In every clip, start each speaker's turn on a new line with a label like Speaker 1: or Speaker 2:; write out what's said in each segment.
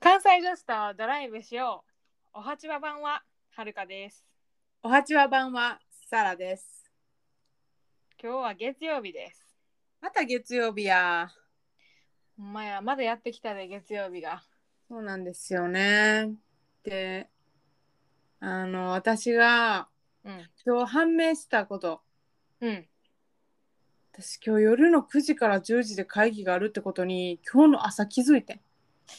Speaker 1: ラスタードライブしよう。おはちわ版ははるかです。
Speaker 2: おはちわ版はサラです。
Speaker 1: 今日は月曜日です。
Speaker 2: また月曜日や。
Speaker 1: ほんまや、まだやってきたで、月曜日が。
Speaker 2: そうなんですよね。で、あの、私が
Speaker 1: うん。
Speaker 2: 今日判明したこと、
Speaker 1: うん。
Speaker 2: 私今日夜の9時から10時で会議があるってことに、今日の朝気づいて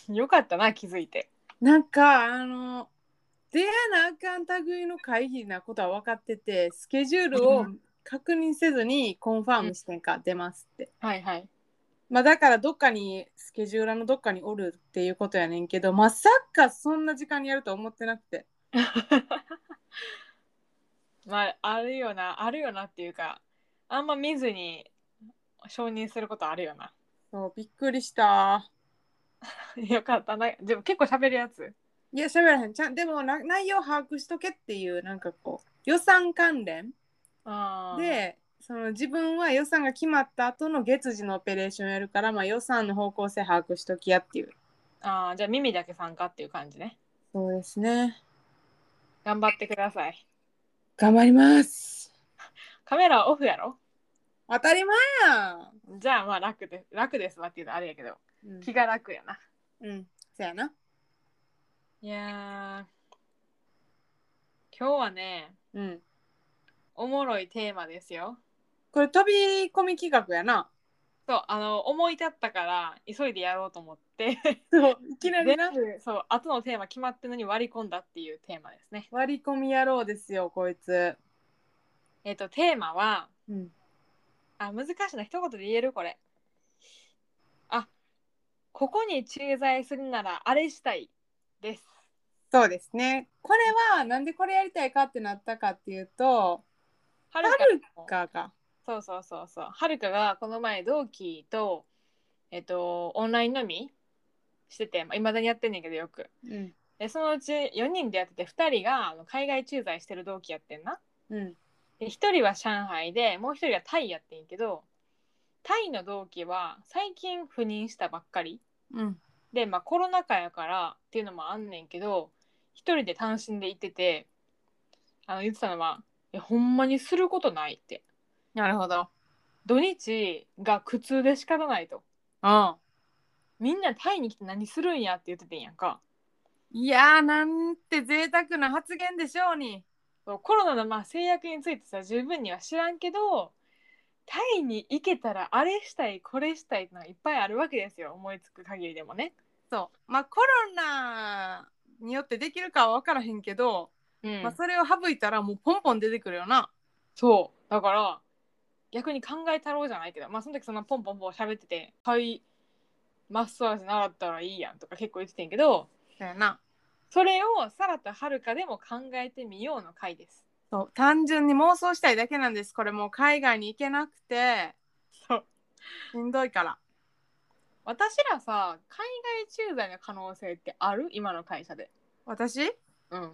Speaker 2: ん。
Speaker 1: よかったな、気づいて。
Speaker 2: なんか、あの、出やなあかん類の会議なことは分かってて、スケジュールを確認せずにコンファームしてんか、出ますって。
Speaker 1: はいはい。
Speaker 2: まあだからどっかにスケジューラーのどっかにおるっていうことやねんけどまさかそんな時間にやるとは思ってなくて
Speaker 1: まあ、あるよな、あるよなっていうか、あんま見ずに承認することあるよな。
Speaker 2: そうびっくりした
Speaker 1: よかったな。でも結構喋るやつ。
Speaker 2: いや喋らへんちゃんでもな内容把握しとけっていうなんかこう予算関連
Speaker 1: あー、
Speaker 2: でその自分は予算が決まった後の月次のオペレーションやるから、まあ、予算の方向性把握しときやっていう
Speaker 1: あーじゃあ耳だけ参加っていう感じね。
Speaker 2: そうですね
Speaker 1: 頑張ってください。
Speaker 2: 頑張ります
Speaker 1: カメラオフやろ
Speaker 2: 当たり前やん、
Speaker 1: じゃあまあ楽で楽ですわっていうのあれやけど、
Speaker 2: うん
Speaker 1: 気が楽やな。
Speaker 2: うんそやない
Speaker 1: やー今日はね、
Speaker 2: うん
Speaker 1: おもろいテーマですよ。
Speaker 2: これ飛び込み企画やな
Speaker 1: そう、あの、思い立ったから、急いでやろうと思って、
Speaker 2: そういきなり
Speaker 1: 全
Speaker 2: な
Speaker 1: 部、そう、後のテーマ決まってるのに割り込んだっていうテーマですね。
Speaker 2: 割り込み野郎ですよこいつ、
Speaker 1: えっ、と、テーマは、
Speaker 2: うん、
Speaker 1: あ、難しいな、一言で言えるこれ。あ、ここに駐在するなら、あれしたいです。
Speaker 2: そうですねこれはなんでこれやりたいかってなったかっていうと
Speaker 1: は
Speaker 2: はるかが
Speaker 1: そうそうそうそう。はるかがこの前同期と、えっと、オンライン飲みしてて、まあ、未だにやってんねんけどよく。
Speaker 2: うん
Speaker 1: で、そのうち4人でやってて、2人があの海外駐在してる同期やってんな。
Speaker 2: うん
Speaker 1: で、1人は上海で、もう1人はタイやってんけど、タイの同期は最近赴任したばっかり。
Speaker 2: うん
Speaker 1: で、まあコロナ禍やからっていうのもあんねんけど、1人で単身で行ってて、あの言ってたのは、いや、ほんまにすることないって。
Speaker 2: なるほど
Speaker 1: 土日が苦痛で仕方ないと
Speaker 2: うん
Speaker 1: みんなタイに来て何するんやって言っててんやんか
Speaker 2: いやーなんて贅沢な発言でしょうに
Speaker 1: そうコロナのまあ制約についてさ十分には知らんけどタイに行けたらあれしたいこれしたいってのがいっぱいあるわけですよ思いつく限りでもね、
Speaker 2: そうまあコロナによってできるかは分からへんけど、
Speaker 1: うん
Speaker 2: まあ、それを省いたらもうポンポン出てくるよな
Speaker 1: そうだから逆に考えたろうじゃないけどまあその時そんなポンポンポン喋ってて「はいマッサージ習ったらいいやん」とか結構言っててんけど
Speaker 2: だよな
Speaker 1: それをさらとはるかでも考えてみようの回です。
Speaker 2: そう単純に妄想したいだけなんですこれもう海外に行けなくて
Speaker 1: そう
Speaker 2: しんどいから
Speaker 1: 私らさ海外駐在の可能性ってある今の会社で
Speaker 2: 私
Speaker 1: うん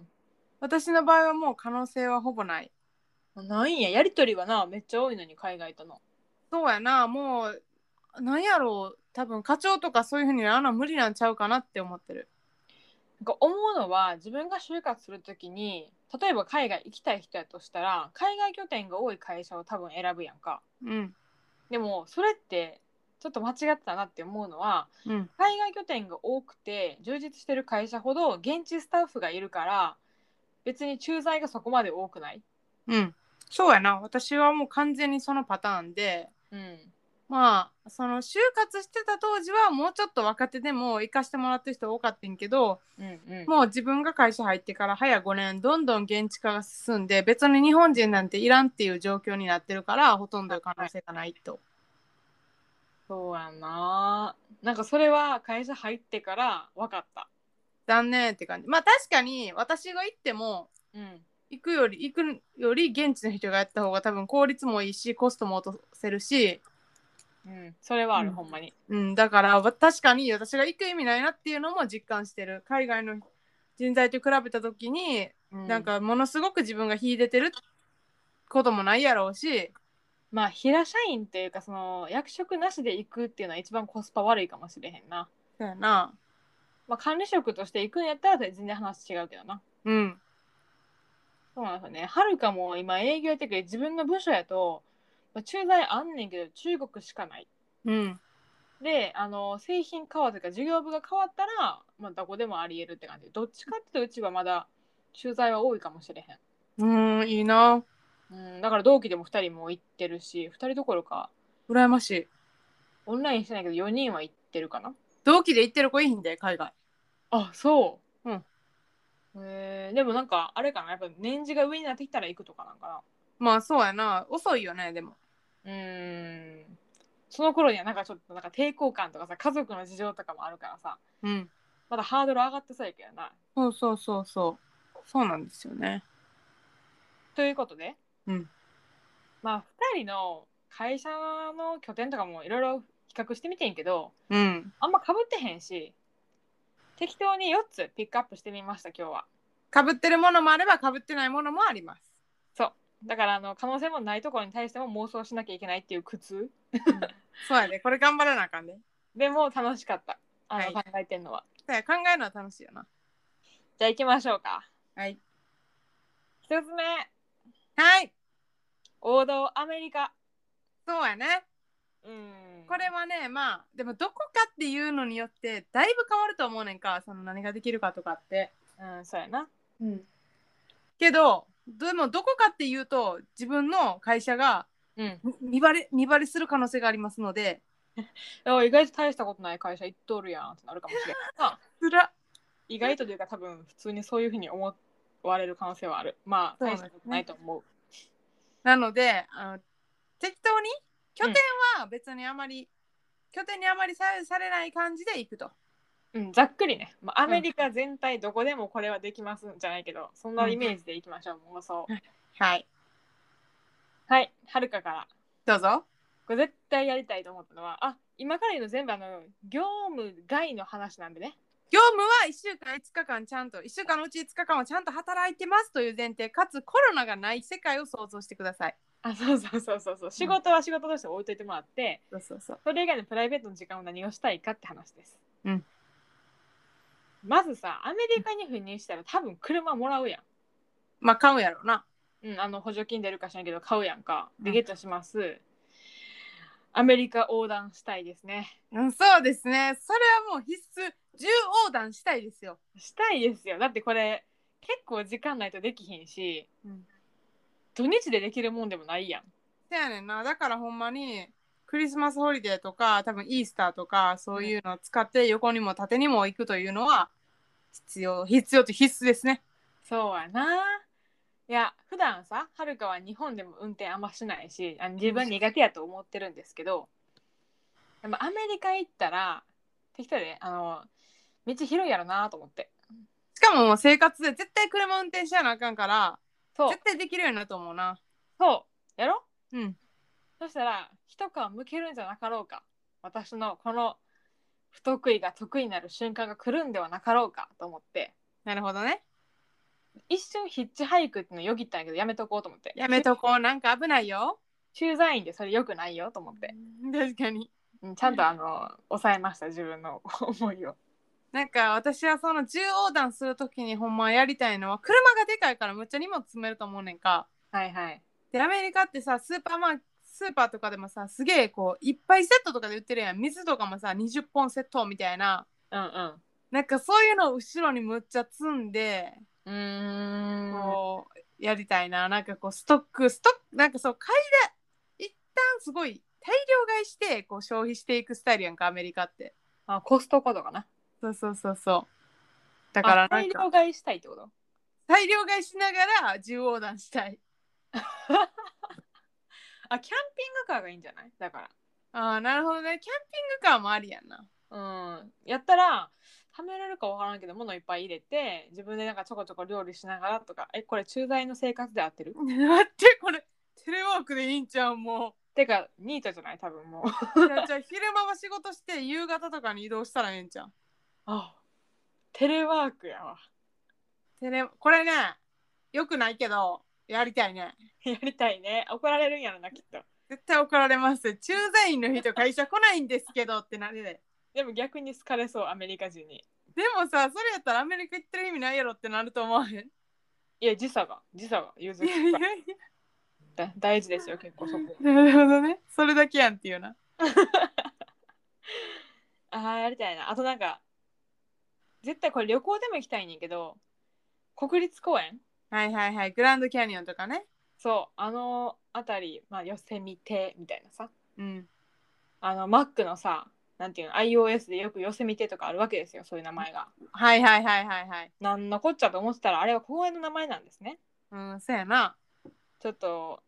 Speaker 2: 私の場合はもう可能性はほぼない
Speaker 1: ないんややりとりはなめっちゃ多いのに海外との
Speaker 2: そうやなもうなんやろう多分課長とかそういうふうになるのは無理なんちゃうかなって思ってる
Speaker 1: なんか思うのは自分が就活するときに例えば海外行きたい人やとしたら海外拠点が多い会社を多分選ぶやんか
Speaker 2: うん
Speaker 1: でもそれってちょっと間違ったなって思うのは
Speaker 2: うん
Speaker 1: 海外拠点が多くて充実してる会社ほど現地スタッフがいるから別に駐在がそこまで多くない
Speaker 2: うんそうやな私はもう完全にそのパターンで
Speaker 1: うん
Speaker 2: まあその就活してた当時はもうちょっと若手でも行かしてもらってる人多かったんけど
Speaker 1: うんうん
Speaker 2: もう自分が会社入ってから早5年どんどん現地化が進んで別に日本人なんていらんっていう状況になってるからほとんど可能性がないと。
Speaker 1: そうやんななんかそれは会社入ってから分かった
Speaker 2: 残念って感じ。まあ確かに私が行っても
Speaker 1: うん
Speaker 2: 行くより行くより現地の人がやった方が多分効率もいいしコストも落とせるし、
Speaker 1: うんそれはある、
Speaker 2: うん
Speaker 1: ほんまに
Speaker 2: うん、だからわ確かに私が行く意味ないなっていうのも実感してる海外の人材と比べた時に、なんかものすごく自分が秀でてることもないやろうし
Speaker 1: まあ平社員っていうかその役職なしで行くっていうのは一番コスパ悪いかもしれへんな
Speaker 2: そうやな
Speaker 1: まあ、管理職として行くんやったら全然話違うけどな。
Speaker 2: うん
Speaker 1: そうなんですよね。はるかも今営業やってるけど自分の部署やと、まあ、駐在あんねんけど中国しかない。
Speaker 2: うん
Speaker 1: であの製品変わるというか事業部が変わったら、まあ、どこでもありえるって感じどっちかっていうとうちはまだ駐在は多いかもしれ
Speaker 2: うんいいな
Speaker 1: へん、うん、だから同期でも2人も行ってるし2人どころか
Speaker 2: 羨ましい
Speaker 1: オンラインしてないけど4人は行ってるかな
Speaker 2: 同期で行ってる子いいんで海外
Speaker 1: あそう
Speaker 2: う
Speaker 1: うん
Speaker 2: ん
Speaker 1: えーでもなんかあれかなやっぱ年次が上になってきたら行くとかなんか
Speaker 2: まあそうやな遅いよねでも
Speaker 1: なうんその頃にはなんかちょっとなんか抵抗感とかさ家族の事情とかもあるからさ
Speaker 2: うん
Speaker 1: まだハードル上がってそうやけどな
Speaker 2: そうそうそうそうそうなんですよね
Speaker 1: ということで、
Speaker 2: うん
Speaker 1: まあ2人の会社の拠点とかもいろいろ比較してみてんけど
Speaker 2: うん
Speaker 1: あんまかぶってへんし適当に4つピックアップしてみました今日は
Speaker 2: かぶってるものもあればかぶってないものもあります
Speaker 1: だからあの可能性もないところに対しても妄想しなきゃいけないっていう苦痛
Speaker 2: そうやでこれ頑張らなあかんで、ね、
Speaker 1: でも楽しかったあの、
Speaker 2: は
Speaker 1: 考えてんのは
Speaker 2: そうや考えるのは楽しいよな
Speaker 1: じゃあ行きましょうか
Speaker 2: はい
Speaker 1: 1つ目
Speaker 2: はい
Speaker 1: 王道アメリカ
Speaker 2: そうやね
Speaker 1: うん
Speaker 2: これはねまあでもどこかっていうのによってだいぶ変わると思うねんかその何ができるかとかって、
Speaker 1: うんそうやな
Speaker 2: うん、けどでもどこかっていうと自分の会社が
Speaker 1: うん
Speaker 2: み見バレ見バレする可能性がありますので
Speaker 1: あ意外と大したことない会社行っとるやんってなるかもし れんな
Speaker 2: つら
Speaker 1: 意外とというか多分普通にそういうふうに思われる可能性はあるまあ
Speaker 2: そう
Speaker 1: 大
Speaker 2: で
Speaker 1: し
Speaker 2: す
Speaker 1: た
Speaker 2: ね
Speaker 1: ことないと思う
Speaker 2: なのであの適当に拠点は別にあまり、拠点にあまりさされない感じで行くと
Speaker 1: うん、ざっくりね、まあ、アメリカ全体どこでもこれはできますんじゃないけどそんなイメージでいきましょう、妄想
Speaker 2: はい
Speaker 1: はいはるかから
Speaker 2: どうぞ
Speaker 1: これ絶対やりたいと思ったのはあ今から言うの全部あの業務外の話なんでね
Speaker 2: 業務は1週間5日間ちゃんと1週間のうち5日間はちゃんと働いてますという前提かつコロナがない世界を想像してください
Speaker 1: あそうそうそうそうそう仕事は仕事として置いといてもらって
Speaker 2: そうそうそう
Speaker 1: それ以外のプライベートの時間を何をしたいかって話です、
Speaker 2: うん、
Speaker 1: まずさアメリカに赴任したら多分車もらうやん
Speaker 2: まあ買うんやろうな
Speaker 1: うん、あの補助金出るかしらんけど買うやんかで
Speaker 2: うん
Speaker 1: ゲットします、アメリカ横断したいですね
Speaker 2: うんそうですねそれはもう必須重横断したいですよ
Speaker 1: したいですよだってこれ結構時間ないとできひんし、
Speaker 2: うん
Speaker 1: 土日でできるもんでもないやん
Speaker 2: せやねんなだからほんまにクリスマスホリデーとか多分イースターとかそういうのを使って横にも縦にも行くというのは必要必要と必須ですね
Speaker 1: そうやないや普段さはるかは日本でも運転あんましないしあの自分苦手やと思ってるんですけどでもアメリカ行ったら適当やであの道広いやろなと思って
Speaker 2: しかももう生活で絶対車運転しやなあかんから
Speaker 1: そう
Speaker 2: 絶対できるようになると思うな
Speaker 1: そうやろ
Speaker 2: うん
Speaker 1: そしたら一皮むけるんじゃなかろうか私のこの不得意が得意になる瞬間が来るんではなかろうかと思って
Speaker 2: なるほどね
Speaker 1: 一瞬ヒッチハイクっていうのよぎったんやけどやめとこうと思って
Speaker 2: やめとこうなんか危ないよ
Speaker 1: 駐在員でそれよくないよと思って、
Speaker 2: 確かに
Speaker 1: うん、ちゃんとあの抑えました自分の思いを
Speaker 2: なんか私はその重横断するときにほんまやりたいのは車がでかいからむっちゃ荷物積めると思うねんか
Speaker 1: はいはい
Speaker 2: でアメリカってさスーパーマースーパーとかでもさすげえこういっぱいセットとかで売ってるやん水とかもさ20本セットみたいな
Speaker 1: うんうん
Speaker 2: なんかそういうのを後ろにむっちゃ積んで
Speaker 1: うーん
Speaker 2: こうやりたいななんかこうストックストックなんかそう買いで一旦すごい大量買いしてこう消費していくスタイルやんかアメリカって
Speaker 1: あコストコとかな
Speaker 2: そうそうそうそう
Speaker 1: だ
Speaker 2: だからな
Speaker 1: 大
Speaker 2: んか
Speaker 1: 量買いしたいってこと
Speaker 2: 大量買いしながら縦横断したい
Speaker 1: あキャンピングカーがいいんじゃないだから
Speaker 2: ああなるほどねキャンピングカーもありやんな
Speaker 1: うん、やったら貯めれるかわからんけど物いっぱい入れて自分でなんかちょこちょこ料理しながらとかえこれ駐在の生活で合ってる
Speaker 2: 待ってこれテレワークでいいんちゃうも
Speaker 1: てかニートじゃない多分もう
Speaker 2: うじゃあじゃあ昼間は仕事して夕方とかに移動したらええんちゃう
Speaker 1: あテレワークやわ
Speaker 2: テレこれねよくないけどやりたいね
Speaker 1: やりたいね怒られるんやろなきっと
Speaker 2: 絶対怒られます駐在員の人会社来ないんですけどってなるで
Speaker 1: でも逆に好かれそうアメリカ人に
Speaker 2: でもさそれやったらアメリカ行ってる意味ないやろってなると思わへんいや
Speaker 1: いや時差が時差が譲る
Speaker 2: いやい
Speaker 1: だ大事ですよ結構そこ
Speaker 2: やなるほどねそれだけやんっていうな
Speaker 1: ああやりたいなあとなんか絶対これ旅行でも行きたいねんけど国立公園
Speaker 2: はいはいはいグランドキャニオンとかね
Speaker 1: そうあの辺り、まあ、寄せみてみたいなさ
Speaker 2: うん
Speaker 1: あの Mac のさなんていうの iOS でよく寄せみてとかあるわけですよそういう名前が
Speaker 2: はいはいはいはいはい
Speaker 1: なんのこっちゃと思ってたらあれは公園の名前なんですね
Speaker 2: うんそうやな
Speaker 1: ちょっと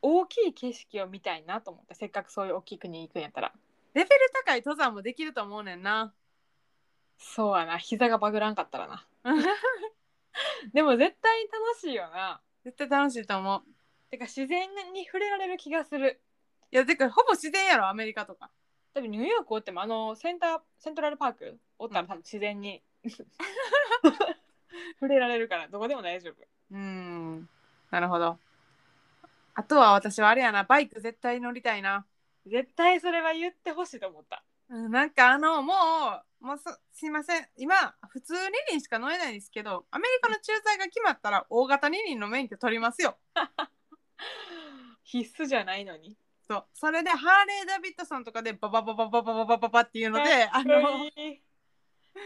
Speaker 1: 大きい景色を見たいなと思ったせっかくそういう大きい国に行くんやったら
Speaker 2: レベル高い登山もできると思うねんな
Speaker 1: そうやな膝がバグらんかったらな でも絶対楽しいよな
Speaker 2: 絶対楽しいと思う
Speaker 1: てか自然に触れられる気がする
Speaker 2: いやてかほぼ自然やろアメリカとか
Speaker 1: 多分ニューヨークおってもあのセンターセントラルパークおったら多分自然に 触れられるからどこでも大丈夫
Speaker 2: うんなるほどあとは私はあれやなバイク絶対乗りたいな、
Speaker 1: 絶対それは言ってほしいと思った
Speaker 2: うん、なんかあのもうもうそすいません今普通二輪しか乗れないんですけどアメリカの駐在が決まったら大型二輪の免許取りますよ
Speaker 1: 必須じゃないのに
Speaker 2: そうそれでハーレー・ダビッドソンとかでババババババババババっていうので
Speaker 1: か
Speaker 2: あ
Speaker 1: っこ
Speaker 2: の
Speaker 1: いいかっ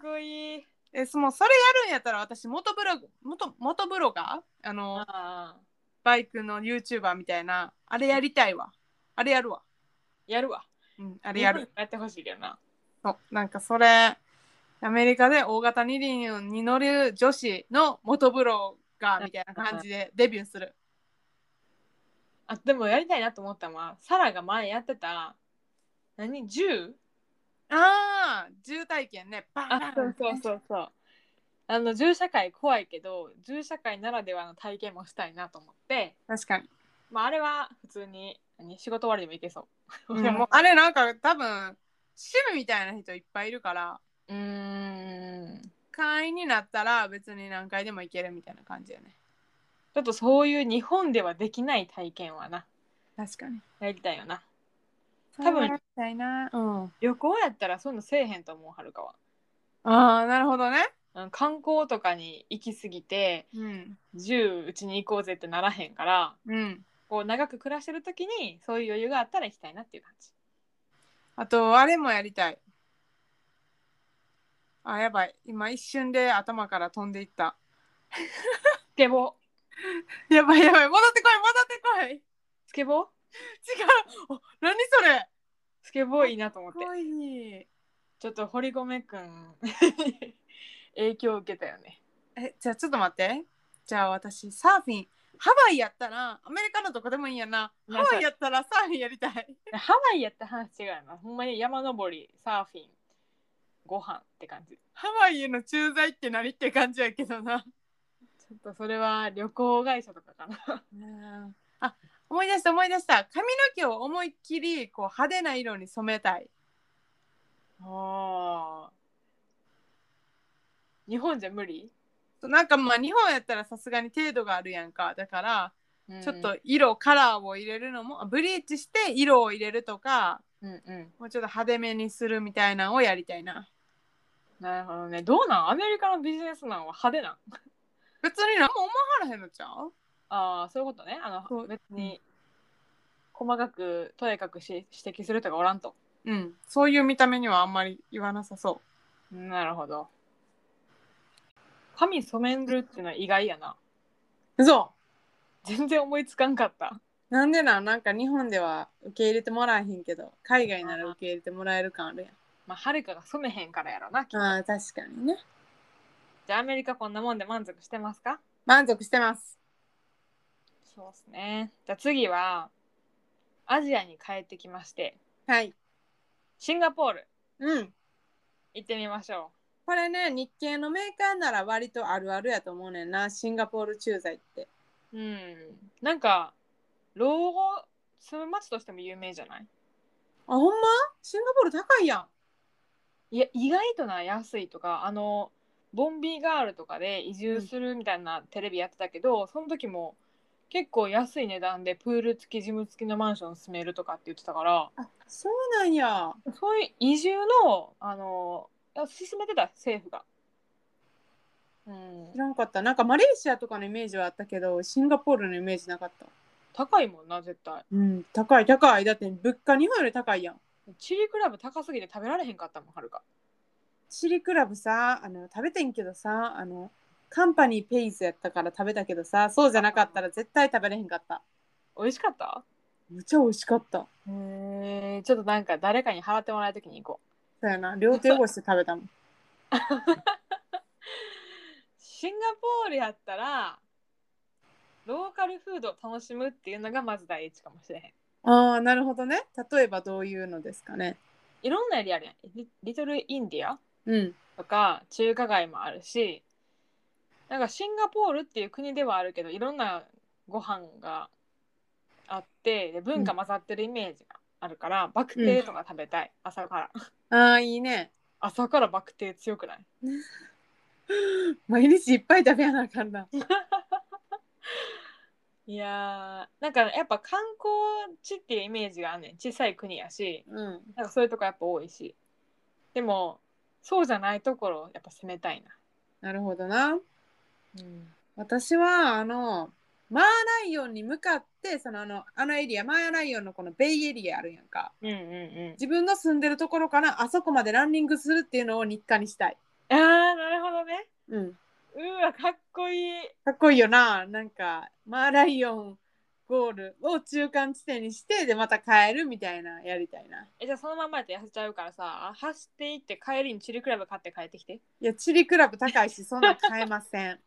Speaker 1: こいい
Speaker 2: えそもうそれやるんやったら私元ブログ元元ブロガーあの
Speaker 1: ああ
Speaker 2: バイクの YouTuber みたいなあれやりたいわあれやるわ
Speaker 1: やるわ
Speaker 2: うん、あれや
Speaker 1: 日
Speaker 2: る。
Speaker 1: 本やってほしいけどな
Speaker 2: そうなんかそれ、アメリカで大型二輪に乗る女子の元ブロガーみたいな感じでデビューする。
Speaker 1: あでもやりたいなと思ったのはサラが前やってた何銃
Speaker 2: ああ、重体験ね。パーン
Speaker 1: あそうそうそうそうあの銃社会怖いけど銃社会ならではの体験もしたいなと思って、
Speaker 2: 確かに。
Speaker 1: まあ、あれは普通に何仕事終わりでもいけそう、
Speaker 2: うんもうあれなんか多分、趣味みたいな人いっぱいいるから、
Speaker 1: うーん
Speaker 2: 会員になったら別に何回でも行けるみたいな感じよね。
Speaker 1: ちょっとそういう日本ではできない体験はな
Speaker 2: 確かに。
Speaker 1: やりたいよなそ
Speaker 2: 多
Speaker 1: れ
Speaker 2: 分、
Speaker 1: や
Speaker 2: みたいな。うん。
Speaker 1: 旅行やったらそういうのせえへんと思うはるかは
Speaker 2: ああ、なるほどね。
Speaker 1: うん観光とかに行き過ぎて
Speaker 2: うん。
Speaker 1: 銃うちに行こうぜってならへんから
Speaker 2: うん。
Speaker 1: こう長く暮らしてる時にそういう余裕があったら行きたいなっていう感じ
Speaker 2: あと、あれもやりたい。あ、やばい。今一瞬で頭から飛んでいった。
Speaker 1: スケボー
Speaker 2: やばいやばい。戻ってこい戻ってこい
Speaker 1: スケボー
Speaker 2: 違うお何それ
Speaker 1: スケボーいいなと思って
Speaker 2: ごい。
Speaker 1: ちょっと堀米くん 影響を受けたよね
Speaker 2: え、じゃあちょっと待って。じゃあ私、サーフィン。ハワイやったら、アメリカのどこでもいいやな。
Speaker 1: い
Speaker 2: ハ
Speaker 1: や
Speaker 2: ワイやったらサーフィンやりたい。
Speaker 1: ハワイやった話違うなほんまに山登りサーフィンご飯って感じ
Speaker 2: ハワイへの駐在って何って感じやけどな。
Speaker 1: ちょっとそれは旅行会社とかかな
Speaker 2: あ、思い出した思い出した。髪の毛を思いっきりこう派手な色に染めたい。
Speaker 1: あー日本じゃ無理
Speaker 2: なんかまあ日本やったらさすがに程度があるやんかだからちょっと
Speaker 1: う
Speaker 2: 色、カラーを入れるのもあブリーチして色を入れるとか
Speaker 1: んうん
Speaker 2: もうちょっと派手めにするみたいなのをやりたいな
Speaker 1: なるほどねどうなんアメリカのビジネスマンは派手なん
Speaker 2: 別に何も思わはらへんのちゃう
Speaker 1: ああそういうことねあ
Speaker 2: そ
Speaker 1: の
Speaker 2: う
Speaker 1: 別に細かくとやかくし指摘するとかおらんと
Speaker 2: うんそういう見た目にはあんまり言わなさそ
Speaker 1: なるほど髪染めるっていうのは意外やな
Speaker 2: うそ
Speaker 1: 全然思いつかんかった
Speaker 2: うなんでなんなんか日本では受け入れてもらえへんけど海外なら受け入れてもらえる感あるやん
Speaker 1: まあはるかが染めへんからやろなきっと
Speaker 2: ああ確かにね
Speaker 1: じゃあアメリカこんなもんで満足してますか
Speaker 2: 満足してます
Speaker 1: そうですねじゃあ次はアジアに帰ってきまして
Speaker 2: はい
Speaker 1: シンガポール
Speaker 2: うん
Speaker 1: 行ってみましょ
Speaker 2: これね日系のメーカーなら割とあるあるやと思うねんなシンガポール駐在って
Speaker 1: ううんなんか老後住む町としても有名じゃない
Speaker 2: あほんまシンガポール高いやん
Speaker 1: いや意外とな安いとかあのボンビーガールとかで移住するみたいなテレビやってたけど、その時も結構安い値段でプール付きジム付きのマンション住めるとかって言ってたから
Speaker 2: あそうなんや
Speaker 1: そういう移住のあのあ進めてた政府が。うん
Speaker 2: 知、らんかったなんかマレーシアとかのイメージはあったけどシンガポールのイメージなかった
Speaker 1: 高いもんな絶対
Speaker 2: うん高い高いだって物価日本より高いやん
Speaker 1: チリクラブ高すぎて食べられへんかったもんはるか
Speaker 2: チリクラブさあの食べてんけどさあのカンパニーペイズやったから食べたけどさそうじゃなかったら絶対食べれへんかった
Speaker 1: 美味しかった
Speaker 2: むちゃ美味しかった
Speaker 1: へえちょっとなんか誰かに払ってもらうときに行こう
Speaker 2: そうやな両手汚して食べたもん
Speaker 1: シンガポールやったらローカルフードを楽しむっていうのがまず第一かもしれへん
Speaker 2: ああなるほどね例えばどういうのですかね
Speaker 1: いろんなエリアあるやんリリトルインディア
Speaker 2: うん
Speaker 1: とか中華街もあるしなんかシンガポールっていう国ではあるけどいろんなご飯があってで文化混ざってるイメージがあるから、バクテーとか食べたい、朝から
Speaker 2: ああいいね
Speaker 1: 朝からバクテー強くない
Speaker 2: 毎日いっぱい食べやなあかんない
Speaker 1: やーなんかやっぱ観光地っていうイメージがあんねん小さい国やし
Speaker 2: うん
Speaker 1: なんかそういうとこやっぱ多いしでもそうじゃないところをやっぱ攻めたい
Speaker 2: なるほどな
Speaker 1: な、うん、
Speaker 2: 私はあのマーライオンに向かってそのあのあのエリアマーライオンのこのベイエリアあるやんか
Speaker 1: うんうん
Speaker 2: 自分の住んでるところからあそこまでランニングするっていうのを日課にしたい、
Speaker 1: うんあーなるほどね
Speaker 2: うん、
Speaker 1: うわかっこいい
Speaker 2: かっこいいよななんかマーライオンゴールを中間地点にしてでまた帰るみたいなやりたいな
Speaker 1: えじゃあそのまんまやったら痩せちゃうからさ走っていって帰りにチリクラブ買って帰ってきて
Speaker 2: いやチリクラブ高いしそんなん買えません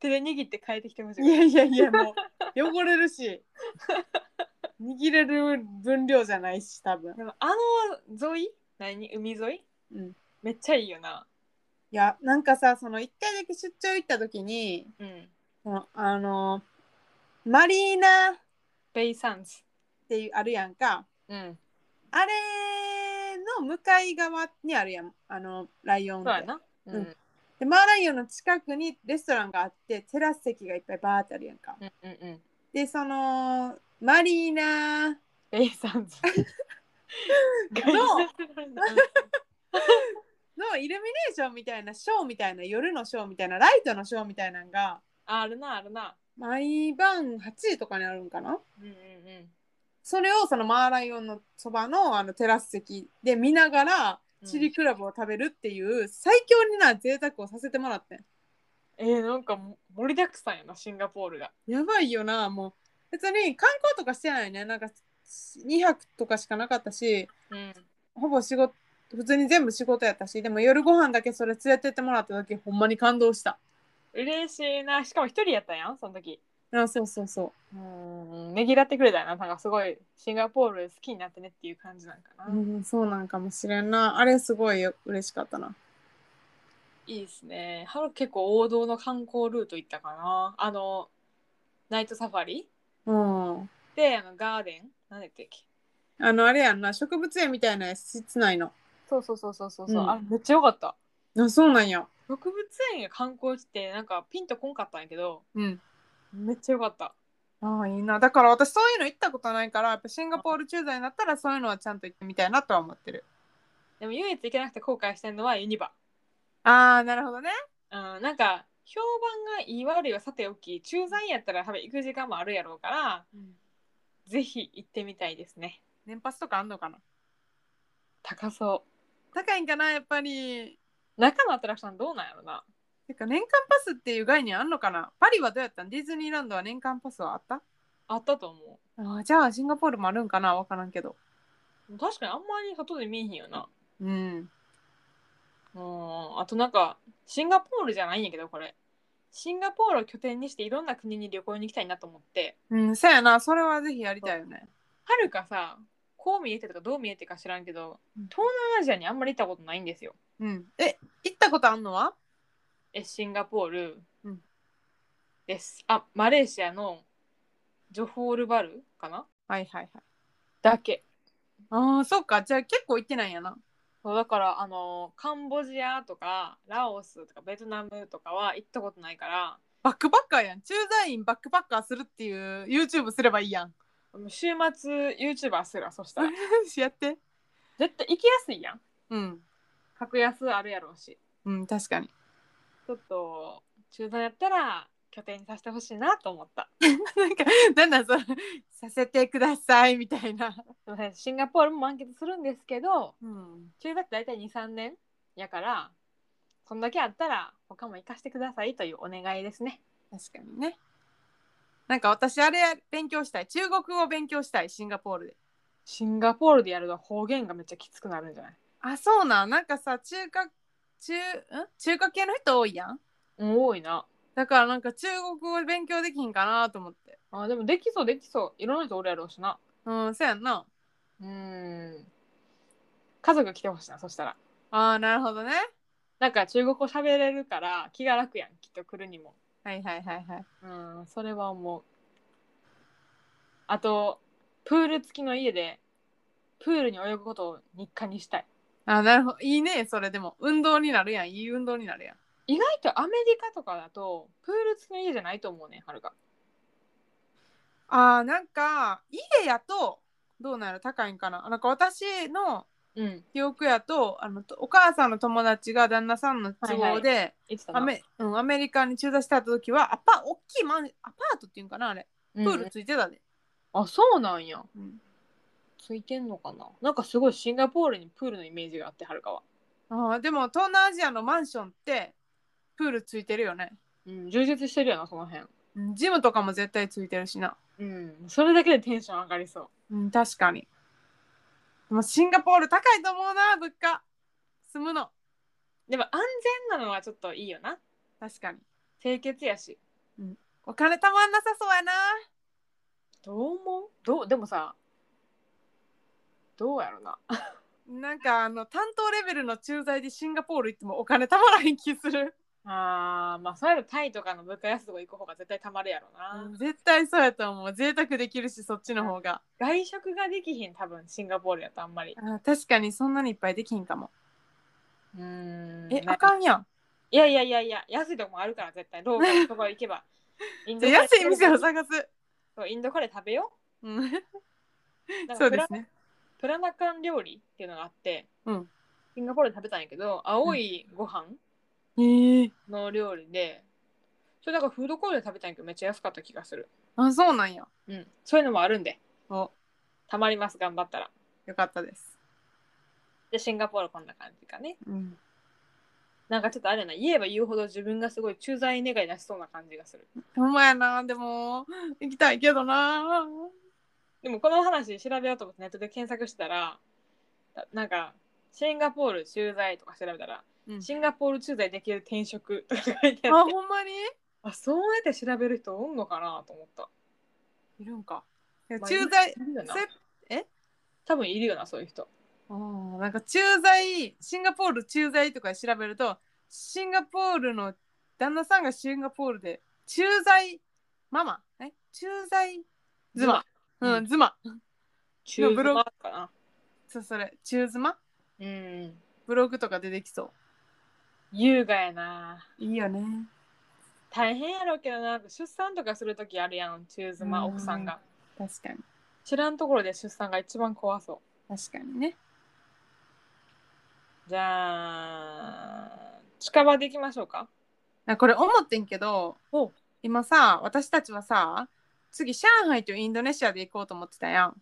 Speaker 1: 手で握って帰ってきてほしい
Speaker 2: いやいやいやもう汚れる し握れる分量じゃないし多分
Speaker 1: でもあの沿い何海沿い
Speaker 2: うん
Speaker 1: めっちゃいいよない
Speaker 2: やなんかさその一回だけ出張行った時に
Speaker 1: うん
Speaker 2: そのあのマリーナっ
Speaker 1: ベイサンズ
Speaker 2: ていうあるやんか
Speaker 1: うん
Speaker 2: あれの向かい側にあるやんあのライオン
Speaker 1: そ
Speaker 2: っ
Speaker 1: うや
Speaker 2: て
Speaker 1: なうん
Speaker 2: うんでマーライオンの近くにレストランがあってテラス席がいっぱいバーってあるやんか
Speaker 1: うんうんうん
Speaker 2: でそのマリーナ
Speaker 1: ベイサンズ
Speaker 2: のイルミネーションみたいなショーみたいな夜のショーみたいなライトのショーみたいなのが
Speaker 1: あるなあるな
Speaker 2: 毎晩8時とかにあるんかな
Speaker 1: うんうんうん
Speaker 2: それをそのマーライオンのそばのあのテラス席で見ながら
Speaker 1: うん
Speaker 2: チリクラブを食べるっていう最強にな贅沢をさせてもらってん
Speaker 1: えー、なんか盛りだくさんやなシンガポールが
Speaker 2: やばいよなもう別に観光とかしてないねなんか2泊とかしかなかったし
Speaker 1: うん
Speaker 2: ほぼ仕事普通に全部仕事やったしでも夜ご飯だけそれ連れてってもらった時ほんまに感動した
Speaker 1: 嬉しいなしかも一人やったやんその時
Speaker 2: あそうそうそう
Speaker 1: うーんねぎらってくれたよななんかすごいシンガポール好きになってねっていう感じなんかな、
Speaker 2: うん、そうなんかもしれんな。あれすごいよ嬉しかったな。
Speaker 1: いいですねハロ結構王道の観光ルート行ったかなあのナイトサファリ
Speaker 2: うん。
Speaker 1: であのガーデン何だっけ
Speaker 2: あの、あれやんな、植物園みたいな室内の。
Speaker 1: そうそうそうそうそう、う
Speaker 2: うん
Speaker 1: あれめっちゃ良かった
Speaker 2: あ、そうなんや。
Speaker 1: 植物園や観光地ってなんかピンとこんかったんやけど
Speaker 2: うん。
Speaker 1: めっちゃ良かった
Speaker 2: ああ、いいな。だから私そういうの行ったことないから、やっぱシンガポール駐在になったらそういうのはちゃんと行ってみたいなとは思ってる。
Speaker 1: でも唯一行けなくて後悔してるのはユニバ
Speaker 2: ああ、なるほどね。
Speaker 1: うん、なんか評判がいい悪いはさておき駐在やったら多分行く時間もあるやろうからぜひ行ってみたいですね
Speaker 2: 年パスとかあんのかな
Speaker 1: 高そう
Speaker 2: 高いんかな、やっぱり。
Speaker 1: 中のアトラクションどうなんやろな
Speaker 2: てか年間パスっていう概念あんのかなパリはどうやったんディズニーランドは年間パスはあった
Speaker 1: あったと思
Speaker 2: ああ、じゃあシンガポールもあるんかなわからんけど。
Speaker 1: う確かにあんまり外で見えへんよな
Speaker 2: うん。
Speaker 1: うんあとなんかシンガポールじゃないんやけどこれシンガポールを拠点にしていろんな国に旅行に行きたいなと思って
Speaker 2: うん、そうやな。それはぜひやりたいよね。
Speaker 1: はるかさこう見えてとかどう見えてか知らんけど
Speaker 2: うん
Speaker 1: 東南アジアにあんまり行ったことないんですよ
Speaker 2: うん、え行ったことあんのは
Speaker 1: えシンガポール
Speaker 2: うん
Speaker 1: です、あマレーシアのジョホールバルかな
Speaker 2: はいはいはい
Speaker 1: だけ
Speaker 2: ああそうかじゃあ結構行ってないんやな
Speaker 1: そうだからあのカンボジアとかラオスとかベトナムとかは行ったことないから
Speaker 2: バックパッカーやん駐在員バックパッカーするっていう YouTube すればいいやん
Speaker 1: もう週末 YouTuber するわそしたら
Speaker 2: やって
Speaker 1: 絶対行きやすいやん
Speaker 2: うん
Speaker 1: 格安あるやろうし
Speaker 2: うん、確かに。
Speaker 1: ちょっと中断やったら拠点にさせてほしいなと思った
Speaker 2: なんか、だんだんその、させてくださいみたいな。
Speaker 1: すいませんシンガポールも満喫するんですけど
Speaker 2: うん。
Speaker 1: 中学って大体23年やからそんだけあったら他も行かしてくださいというお願いですね
Speaker 2: 確かにね。なんか私、あれや勉強したい。中国語を勉強したい、シンガポールで。
Speaker 1: シンガポールでやると方言がめっちゃきつくなるんじゃない
Speaker 2: あ、そうなん。なんかさ、中華、中、ん中華系の人多いやん。
Speaker 1: うん多いな
Speaker 2: だからなんか中国語勉強できひんかなと思って。
Speaker 1: あでもできそうできそういろんな人おるやろうしな
Speaker 2: うん、そうやんな。
Speaker 1: うん家族来てほしいなそしたら
Speaker 2: ああ、なるほどね。
Speaker 1: なんか中国語喋れるから気が楽やんきっと来るにも
Speaker 2: はいはいはいはい。
Speaker 1: うんそれは思うあとプール付きの家でプールに泳ぐことを日課にしたい
Speaker 2: あなるほど。いいね、それでも。運動になるやん。いい運動になるやん。
Speaker 1: 意外とアメリカとかだとプール付きの家じゃないと思うねんはるか
Speaker 2: あーなんか、家やと、どうなる高いんかな。なんか私の
Speaker 1: うん
Speaker 2: 記憶やと、あのとお母さんの友達が旦那さんの都合で、
Speaker 1: いつかな
Speaker 2: アメうん、アメリカに駐在してた時は、アパ、大きいマン、アパートっていうんかな、あれ。
Speaker 1: プ
Speaker 2: プールついてたで。
Speaker 1: あそうなんや
Speaker 2: うん
Speaker 1: ついてんのかななんかすごいシンガポールにプールのイメージがあってはるかは
Speaker 2: あーでも、東南アジアのマンションって、プールついてるよね。
Speaker 1: うん充実してるよなその辺
Speaker 2: うんジムとかも絶対ついてるしな。
Speaker 1: うんそれだけでテンション上がりそう
Speaker 2: うん、確かに。でもシンガポール高いと思うな、物価。住むの。
Speaker 1: でも安全なのはちょっといいよな
Speaker 2: 確かに。
Speaker 1: 清潔やし
Speaker 2: お金たまんなさそうやな。
Speaker 1: どう思うどうでもさどうやろな
Speaker 2: なんかあの担当レベルの駐在でシンガポール行ってもお金たまらへん気する。
Speaker 1: あーまあそうやろタイとかの物価安いとこ行く方が絶対たまるやろな、
Speaker 2: うん絶対そうやと思う。贅沢できるし、そっちの方が。
Speaker 1: 外食ができひん多分シンガポールやとあんまり
Speaker 2: あ確かにそんなにいっぱいできひんかも。
Speaker 1: うん
Speaker 2: え、あ
Speaker 1: ん
Speaker 2: かんやん。
Speaker 1: いやいやいやいや安いとこもあるから絶対ローカルのとこ行け ばイン
Speaker 2: じゃあ安い店を
Speaker 1: さ
Speaker 2: 探す。
Speaker 1: インドカレー食べよ
Speaker 2: うん、
Speaker 1: うなんか
Speaker 2: そ
Speaker 1: プ
Speaker 2: うで
Speaker 1: ラ
Speaker 2: すね。
Speaker 1: プラナカン料理っていうのがあって、
Speaker 2: うん
Speaker 1: シンガポールで食べたんやけど青いご飯
Speaker 2: えー、
Speaker 1: の料理で、それだからフードコートで食べたんやけどめっちゃ安かった気がする、
Speaker 2: あ、そうなんや。
Speaker 1: うん、そういうのもあるんで
Speaker 2: お、
Speaker 1: たまります頑張ったら
Speaker 2: よかったです。
Speaker 1: でシンガポールこんな感じかね
Speaker 2: うん、
Speaker 1: なんかちょっとあれやな言えば言うほど自分がすごい駐在願い出しそうな感じがする
Speaker 2: ほんまやな。でも、行きたいけどな。
Speaker 1: でもこの話調べようと思ってネットで検索したらななんかシンガポール駐在とか調べたら、
Speaker 2: うん
Speaker 1: シンガポール駐在できる転職とか書いて
Speaker 2: あ、
Speaker 1: あって
Speaker 2: ほんまに
Speaker 1: あそうやって調べる人おんのかなと思った
Speaker 2: いるんか。いや
Speaker 1: まあ
Speaker 2: 駐在、
Speaker 1: いるよな
Speaker 2: せえ
Speaker 1: 多分いるよなそういう人
Speaker 2: あーなんか駐在、シンガポール駐在とか調べると、シンガポールの旦那さんがシンガポールで、駐在ママ、え駐在ズマ、
Speaker 1: マ
Speaker 2: うん、ズマ。
Speaker 1: 中
Speaker 2: ブログ
Speaker 1: マかな
Speaker 2: そう、それ、駐ズマ
Speaker 1: うん
Speaker 2: ブログとか出てきそ
Speaker 1: 優雅やな
Speaker 2: う。いいよね。
Speaker 1: 大変やろうけどな出産とかするときあるやん中妻
Speaker 2: うん
Speaker 1: 奥さんが
Speaker 2: 確かに、
Speaker 1: 知らんところで出産が一番怖そ
Speaker 2: 確かにね。
Speaker 1: うじゃあ近場で行きましょうか
Speaker 2: あこれ思ってんけど
Speaker 1: お、
Speaker 2: 今さ、私たちはさ、次、上海とインドネシアで行こうと思ってたやん。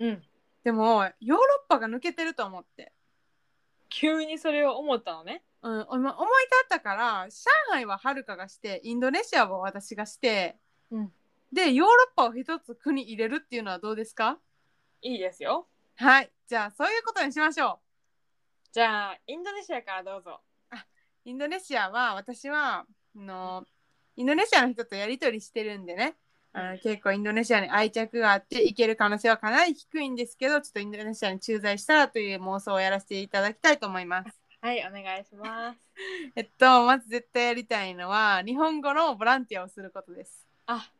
Speaker 1: うん
Speaker 2: でも、ヨーロッパが抜けてると思って。
Speaker 1: 急にそれを思ったのね
Speaker 2: うん、おま思い立ったから上海ははるかがしてインドネシアは私がして、
Speaker 1: うん
Speaker 2: でヨーロッパを一つ国入れるっていうのはどうですか
Speaker 1: いいですよ
Speaker 2: はいじゃあそういうことにしましょ
Speaker 1: じゃあインドネシアからどうぞ
Speaker 2: うインドネシアは私はあのインドネシアの人とやり取りしてるんでねあの結構インドネシアに愛着があって行ける可能性はかなり低いんですけどちょっとインドネシアに駐在したらという妄想をやらせていただきたいと思います。
Speaker 1: はいお願いします
Speaker 2: えっとまず絶対やりたいのは日本語のボランティアをすることです。
Speaker 1: あ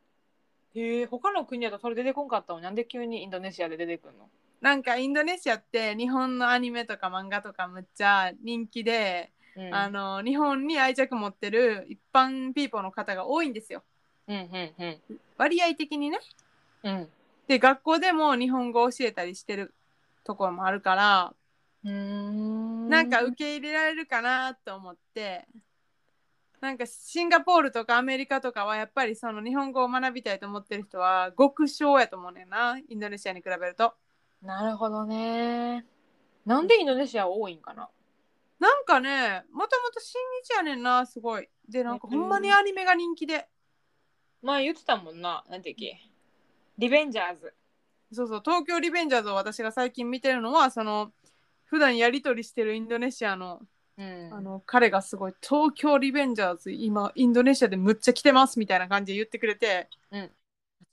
Speaker 1: へえ他の国だとそれ出てこんかったのになんで急にインドネシアで出てくんの
Speaker 2: なんかインドネシアって日本のアニメとか漫画とかむっちゃ人気で、
Speaker 1: うん
Speaker 2: あの日本に愛着持ってる一般ピーポーの方が多いんですよ
Speaker 1: うんうんうん
Speaker 2: 割合的にね。
Speaker 1: うん
Speaker 2: で学校でも日本語を教えたりしてるところもあるから
Speaker 1: な
Speaker 2: なんか受け入れられるかなと思ってなんかシンガポールとかアメリカとかはやっぱりその日本語を学びたいと思ってる人は極小やと思うねんなインドネシアに比べると
Speaker 1: なるほどねなんでインドネシア多いんかな
Speaker 2: なんかねもともと親日やねんなすごいでなんかほんまにアニメが人気で
Speaker 1: 前言ってたもんななんていうっけリベンジャーズ
Speaker 2: そうそう東京リベンジャーズを私が最近見てるのはその普段やり取りしてるインドネシアの
Speaker 1: うん
Speaker 2: あの彼がすごい「東京リベンジャーズ今インドネシアでむっちゃ来てます」みたいな感じで言ってくれて「
Speaker 1: うん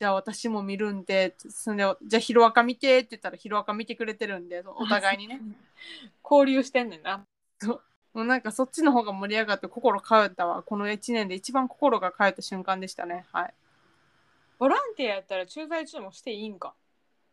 Speaker 2: じゃあ私も見るんで」そんで「じゃあヒロアカ見て」って言ったらヒロアカ見てくれてるんでお互いにね
Speaker 1: 交流してんねんな
Speaker 2: もうなんかそっちの方が盛り上がって心通ったわこの1年で一番心が通った瞬間でしたねはい
Speaker 1: ボランティアやったら駐在中もしていいんか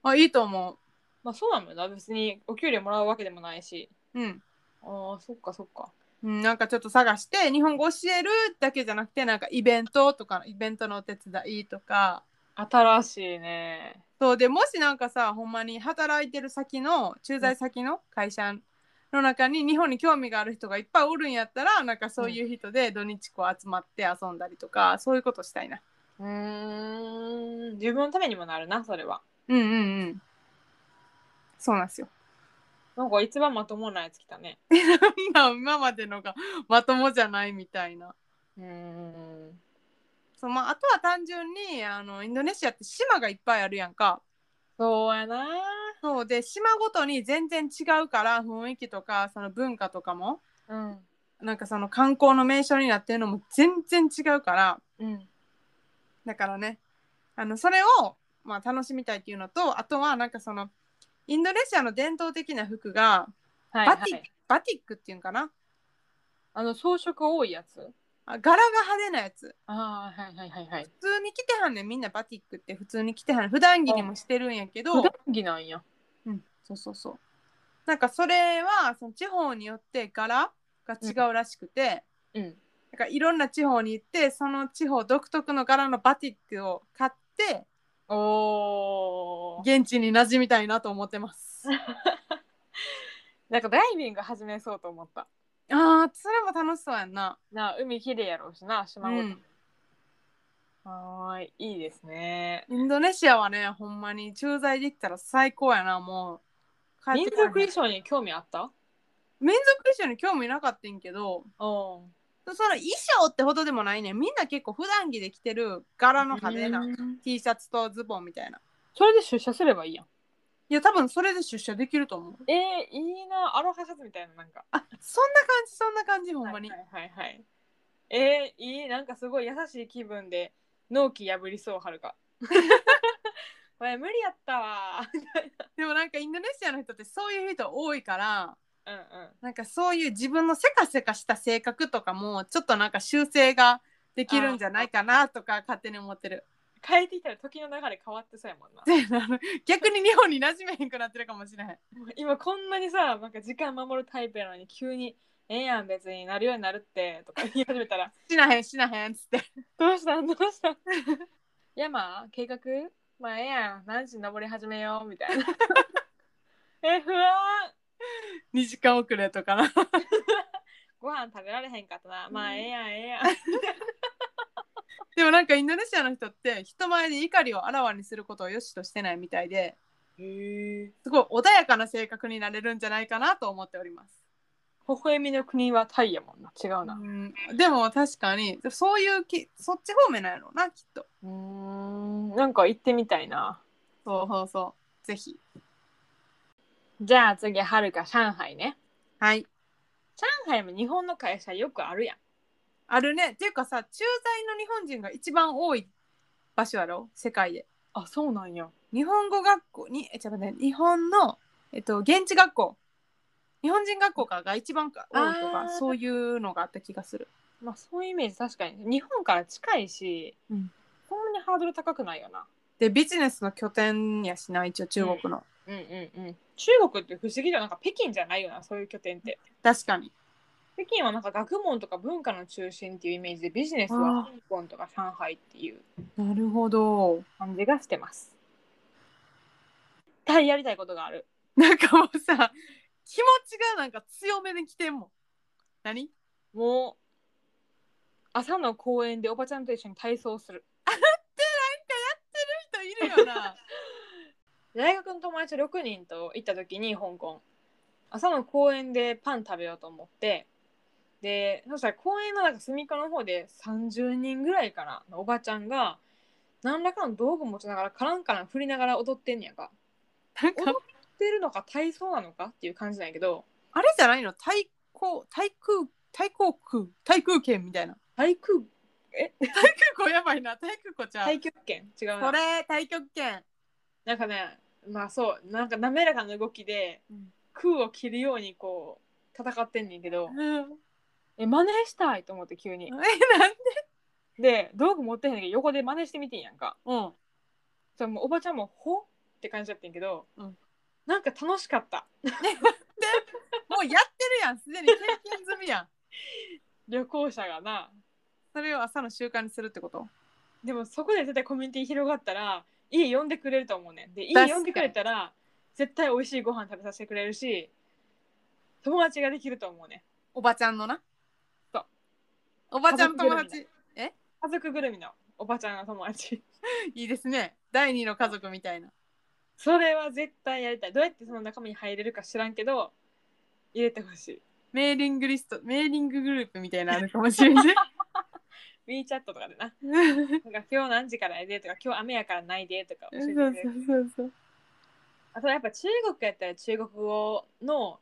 Speaker 2: あいいと思
Speaker 1: まあそうなのよな別にお給料もらうわけでもないし
Speaker 2: ううん、
Speaker 1: ああそっかそっか
Speaker 2: うん、なんかちょっと探して日本語教えるだけじゃなくてなんかイベントとかイベントのお手伝いとか
Speaker 1: 新しいね
Speaker 2: そうでもしなんかさほんまに働いてる先の駐在先の会社の中に日本に興味がある人がいっぱいおるんやったらなんかそういう人で土日こう集まって遊んだりとか、そういうことしたいな
Speaker 1: うーん自分のためにもなるなそれは
Speaker 2: うんうんうんそうなんですよ
Speaker 1: なんか一番まともなやつ来たね
Speaker 2: なんか今までのがまともじゃないみたいな
Speaker 1: うーん
Speaker 2: そう、まあ、あとは単純にあのインドネシアって島がいっぱいあるやんか
Speaker 1: そうやな
Speaker 2: そうで島ごとに全然違うから雰囲気とかその文化とかも
Speaker 1: うん
Speaker 2: なんかその観光の名所になってるのも全然違うから
Speaker 1: うん
Speaker 2: だからねあのそれを、まあ、楽しみたいっていうのとあとはなんかそのインドネシアの伝統的な服が
Speaker 1: はい、
Speaker 2: バ
Speaker 1: は
Speaker 2: ティック、
Speaker 1: い、
Speaker 2: バティックっていうんかな
Speaker 1: あの装飾多いやつ
Speaker 2: あ柄が派手なやつ
Speaker 1: ああはいはいはいはい
Speaker 2: 普通に着てはんねんみんなバティックって普通に着てはん普段着にもしてるんやけど
Speaker 1: 普段着なんや
Speaker 2: うん、そうそうそうなんかそれはその地方によって柄が違うらしくて、
Speaker 1: うん
Speaker 2: なんかいろんな地方に行ってその地方独特の柄のバティックを買って
Speaker 1: おー
Speaker 2: 現地に馴染みたいなと思っ てます。
Speaker 1: なんかダイビング始めそうと思った
Speaker 2: ああそれも楽しそうやんな。
Speaker 1: なあ海きれいやろうしな島ごと、
Speaker 2: うん
Speaker 1: はーいいいですね
Speaker 2: インドネシアはねほんまに駐在できたら最高やなもう。
Speaker 1: 民族衣装に興味あった
Speaker 2: 民族衣装に興味なかったんけど
Speaker 1: お
Speaker 2: その衣装ってほどでもないねみんな結構普段着で着てる柄の派手な T シャツとズボンみたいな。
Speaker 1: それで出社すればいいやん
Speaker 2: いや多分それで出社できると思う。
Speaker 1: えー、いいなアロハシャツみたいななんか
Speaker 2: あそんな感じそんな感じほんまに。
Speaker 1: はいはいはいはいえー、いいなんかすごい優しい気分で納期破りそうはるかこれ無理やったわ
Speaker 2: でもなんかインドネシアの人ってそういう人多いから
Speaker 1: うんうん
Speaker 2: なんかそういう自分のせかせかした性格とかもちょっとなんか修正ができるんじゃないかなとか勝手に思ってる。
Speaker 1: 変えていったら時の流れ変わってそうやもんな
Speaker 2: 逆に日本に馴染めへんくなってるかもしれへん。
Speaker 1: 今こんなにさなんか時間守るタイプやのに急に「ええやん別になるようになるって」とか言い始めたら
Speaker 2: しなへんしなへんっつって。
Speaker 1: 「どうしたんどうしたん?」い やまあ計画まあええやん何時に登り始めよう」みたいな え不安
Speaker 2: 2時間遅れとかな。
Speaker 1: ご飯食べられへんかったなまあええやんええやん
Speaker 2: でもなんかインドネシアの人って人前で怒りをあらわにすることを良しとしてないみたいで
Speaker 1: へえ微
Speaker 2: すごい穏やかな性格になれるんじゃないかなと思っております。
Speaker 1: 笑みの国はタイやもんな違う
Speaker 2: う、
Speaker 1: なん
Speaker 2: でも確かにそういうきそっち方面なんやろうなきっと。
Speaker 1: うんなんか行ってみたいな
Speaker 2: そうそうそう。ぜひ。
Speaker 1: じゃあ次はるか上海ね
Speaker 2: はい。
Speaker 1: 上海も日本の会社よくあるやん
Speaker 2: あるね。っていうかさ、駐在の日本人が一番多い場所やろ世界で。
Speaker 1: あそうなんや
Speaker 2: 日本語学校に、え、ちょっと待って、日本の、えっと、現地学校。日本人学校からが一番か多いと
Speaker 1: あ
Speaker 2: か、
Speaker 1: ー
Speaker 2: そういうのがあった気がする。
Speaker 1: まあそういうイメージ確かに日本から近いし、
Speaker 2: うん
Speaker 1: そんなにハードル高くないよな
Speaker 2: で、ビジネスの拠点やしな、一応中国の。
Speaker 1: うんうんうん中国って不思議じゃんなんか北京じゃないよなそういう拠点って
Speaker 2: 確かに。
Speaker 1: 北京はなんか学問とか文化の中心っていうイメージでビジネスは香港とか上海っていう
Speaker 2: なるほど。
Speaker 1: 感じがしてますタイやりたいことがある
Speaker 2: なんかもうさ、気持ちがなんか強めに来てんもん何
Speaker 1: もう朝の公園でおばちゃんと一緒に体操する
Speaker 2: 人いるよな
Speaker 1: 大学の友達6人と行った時に香港朝の公園でパン食べようと思ってでそしたら公園のなんか隅っこの方で30人ぐらいからのおばちゃんが何らかの道具持ちながらカランカラン振りながら踊ってんねやんか
Speaker 2: なん
Speaker 1: 踊っ
Speaker 2: か
Speaker 1: てるのか体操なのかっていう感じなんやけど
Speaker 2: あれじゃないの対抗対空対航空対空圏みたい な
Speaker 1: 対空
Speaker 2: 対空港やばいな対空港ちゃう
Speaker 1: 太極拳違うな
Speaker 2: これ対極圏
Speaker 1: なんかねまあそうなんか滑らかな動きで、
Speaker 2: うん
Speaker 1: 空を切るようにこう戦ってんねんけど、
Speaker 2: うん
Speaker 1: え真似したいと思って急に
Speaker 2: え、なん
Speaker 1: で道具持ってへんねんけど横で真似してみてんやんか
Speaker 2: うん
Speaker 1: それもうおばちゃんも「ほっ?」って感じだったんやけど、
Speaker 2: うん
Speaker 1: なんか楽しかった
Speaker 2: もうやってるやんすでに経験済み やん
Speaker 1: 旅行者がな
Speaker 2: それを朝の習慣にするってこと
Speaker 1: でもそこで絶対コミュニティ広がったら家呼んでくれると思うねんで
Speaker 2: 確か
Speaker 1: 家
Speaker 2: に
Speaker 1: 呼んでくれたら絶対美味しいご飯食べさせてくれるし友達ができると思うねん
Speaker 2: おばちゃんのな
Speaker 1: そう
Speaker 2: おばちゃんの友達
Speaker 1: 家族ぐるみのおばちゃんの友達
Speaker 2: いいですね第二の家族みたいな
Speaker 1: それは絶対やりたいどうやってその仲間に入れるか知らんけど入れてほし
Speaker 2: メーリングリストメーリンググループみたいなのあるかもし れない
Speaker 1: い WeChat とかでな
Speaker 2: そう
Speaker 1: なんか今日何時からやでとか今日雨やからないでとか教えてく
Speaker 2: そ
Speaker 1: れ
Speaker 2: う
Speaker 1: る
Speaker 2: そうそう
Speaker 1: あとやっぱ中国やったら中国語の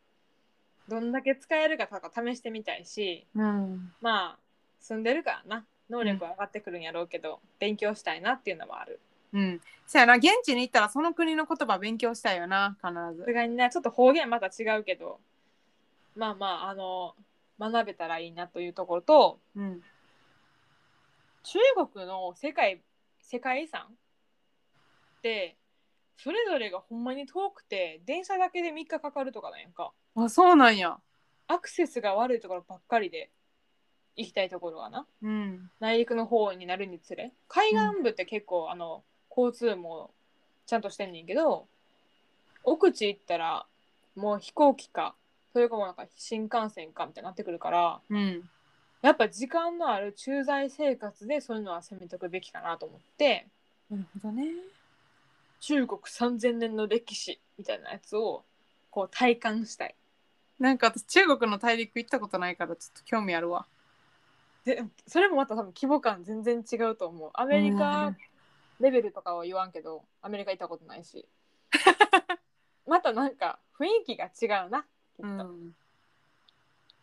Speaker 1: どんだけ使えるかとか試してみたいし
Speaker 2: うん
Speaker 1: まあ住んでるからな能力は上がってくるんやろうけど、勉強したいなっていうのもある
Speaker 2: うんそやな現地に行ったらその国の言葉勉強したいよな必
Speaker 1: さ
Speaker 2: ず
Speaker 1: すがにねちょっと方言また違うけどまあまああの学べたらいいなというところと
Speaker 2: うん
Speaker 1: 中国の世界世界遺産ってそれぞれがほんまに遠くて電車だけで3日かかるとかなんやんか
Speaker 2: あそうなんや
Speaker 1: アクセスが悪いところばっかりで行きたいところはな
Speaker 2: うん
Speaker 1: 内陸の方になるにつれ海岸部って結構、あの交通もちゃんとしてんねんけど奥地行ったらもう飛行機かそれかもなんか新幹線かみたいになってくるから
Speaker 2: うん
Speaker 1: やっぱ時間のある駐在生活でそういうのは攻めとくべきかなと思って。
Speaker 2: なるほどね
Speaker 1: 中国3000年の歴史みたいなやつをこう体感したい
Speaker 2: なんか私中国の大陸行ったことないからちょっと興味あるわ
Speaker 1: でそれもまた多分規模感全然違うと思うアメリカレベルとかは言わんけどアメリカ行ったことない しまたなんか雰囲気が違うなきっと、
Speaker 2: うん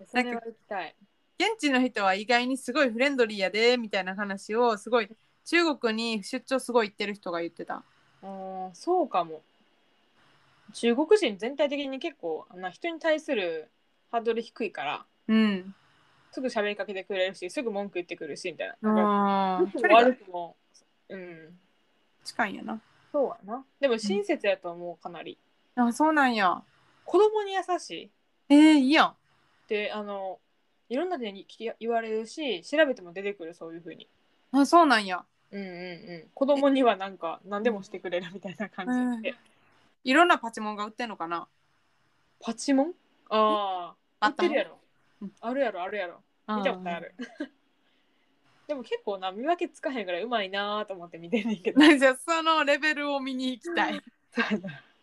Speaker 1: それは行きたい
Speaker 2: 現地の人は意外にすごいフレンドリーやでみたいな話をすごい中国に出張すごい行ってる人が言ってた
Speaker 1: うんそうかも中国人全体的に結構あんな人に対するハードル低いから
Speaker 2: うん
Speaker 1: すぐ喋りかけてくれるしすぐ文句言ってくるしみたいななんか
Speaker 2: あ
Speaker 1: 良
Speaker 2: ー
Speaker 1: くも
Speaker 2: 距離が
Speaker 1: 悪くもうん
Speaker 2: 近いんやな
Speaker 1: そうやな。でも親切やと思う、かなり。
Speaker 2: あそうなんや
Speaker 1: 子供に優しいっ
Speaker 2: えー、いいやん
Speaker 1: て、あの、いろんな人に聞き言われるし、調べても出てくる、そういうふうに。
Speaker 2: あそうなんや
Speaker 1: うんうんうん。子供にはなんか、何でもしてくれるみたいな感じで。
Speaker 2: いろんなパチモンが売ってんのかな
Speaker 1: パチモンああ。
Speaker 2: あ
Speaker 1: 売っ
Speaker 2: った
Speaker 1: て
Speaker 2: もん
Speaker 1: るやろ
Speaker 2: うん。
Speaker 1: あるやろ、あるやろ。見たことある。 でも結構な、見分けつかへんぐらいうまいなーと思って見てんねんけ
Speaker 2: あ
Speaker 1: ど。
Speaker 2: ー じゃあそのレベルを見に行きたい、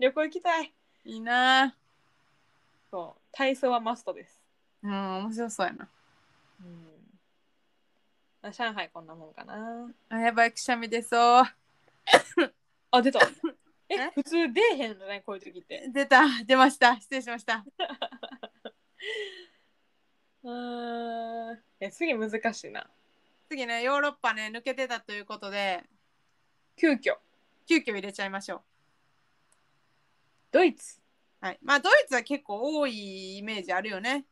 Speaker 1: 旅行行きたい。
Speaker 2: いいなあ
Speaker 1: そう。体操はマストです。
Speaker 2: うん面白そうやな
Speaker 1: うん。上海こんなもんかな。
Speaker 2: あやばいくしゃみ出そう
Speaker 1: あ、出た。え
Speaker 2: え、
Speaker 1: 普通出えへんのね、こういう時って。
Speaker 2: 出た出ました失礼しました
Speaker 1: うーん。え、次難しいな。
Speaker 2: 次ねヨーロッパね抜けてたということで
Speaker 1: 急遽、
Speaker 2: 急遽入れちゃいましょう
Speaker 1: ドイツ。
Speaker 2: はいまあドイツは結構多いイメージあるよね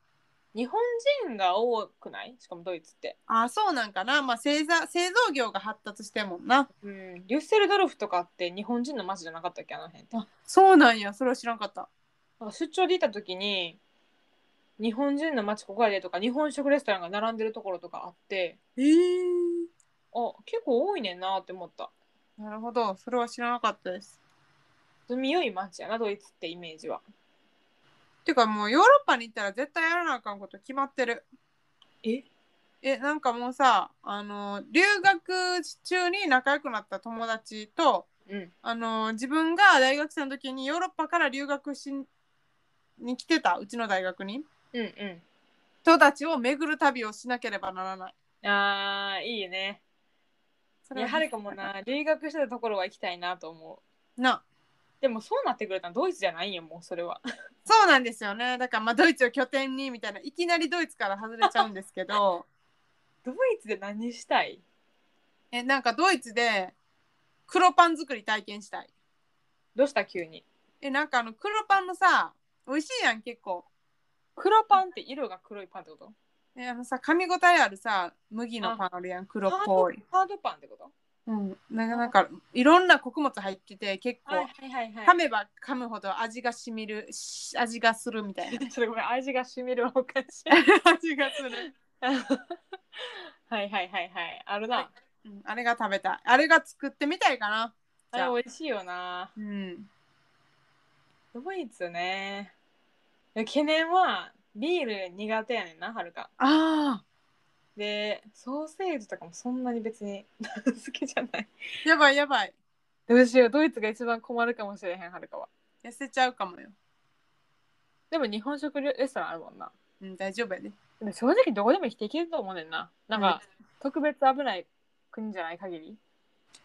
Speaker 1: 日本人が多くないしかもドイツって。
Speaker 2: あそうなんかなまあ製造製造業が発達してんもんな
Speaker 1: うん。リュッセルドルフとかって日本人の街じゃなかったっけ、あの辺って。
Speaker 2: そうなんやそれは知らんかった
Speaker 1: なんか出張で行った時に、日本人の街ここやでとか、日本食レストランが並んでるところとかあって、
Speaker 2: えー、
Speaker 1: あ、結構多いねんなって思った。
Speaker 2: なるほどそれは知らなかったです
Speaker 1: 住みよい街やな、ドイツってイメージは。
Speaker 2: てかもうヨーロッパに行ったら絶対やらなあかんこと決まってる。
Speaker 1: え
Speaker 2: え、なんかもうさ、あの、留学中に仲良くなった友達と、
Speaker 1: うん。
Speaker 2: あの、自分が大学生の時にヨーロッパから留学しに来てた、うちの大学に、
Speaker 1: うんう
Speaker 2: 人たちを巡る旅をしなければならない。
Speaker 1: ん。あー、いいね。
Speaker 2: そ
Speaker 1: い
Speaker 2: れ
Speaker 1: や、
Speaker 2: は
Speaker 1: はるかもな、留学してたところは行きたいなと思う。
Speaker 2: な。
Speaker 1: でもそうなってくれたらドイツじゃないんよ、もうそれ は。
Speaker 2: そうなんですよね。だからまあドイツを拠点にみたいな、いきなりドイツから外れちゃうんですけ ど、
Speaker 1: ドイツで何したい
Speaker 2: え、なんかドイツで黒パン作り体験したい。
Speaker 1: どうした急に。
Speaker 2: えなんかあの黒パンのさ美味しいやん結構
Speaker 1: 黒パンって色が黒いパンってこと
Speaker 2: えあのさ噛み応えあるさ麦のパンあるやん黒っぽい、
Speaker 1: ハードパンってこと
Speaker 2: うん、なんかなんかいろんな穀物入ってて結構、
Speaker 1: はいはいは
Speaker 2: 噛めば噛むほど味がしみるし味がするみた いな
Speaker 1: ちょっとごめん、味がしみるはおか しい。
Speaker 2: 味がする、
Speaker 1: はいはいはいはい。あるな。
Speaker 2: うん、あれが食べたいあれが作ってみたいかな
Speaker 1: あ
Speaker 2: じゃあ
Speaker 1: れ美味しいよな。
Speaker 2: うん
Speaker 1: ドイツね。いや懸念はビール苦手やねんな、はるか。
Speaker 2: あ
Speaker 1: で、ソーセージとかもそんなに別に 好きじゃない。
Speaker 2: ーやばいやばい
Speaker 1: どうしよう、ドイツが一番困るかもしれへん、はるかは。
Speaker 2: 痩せちゃうかもよ
Speaker 1: でも日本食レストランあるもんな。
Speaker 2: うん大丈夫やで
Speaker 1: でも正直どこでも生きていけると思うねんな。なんか、特別危ない国じゃない限り。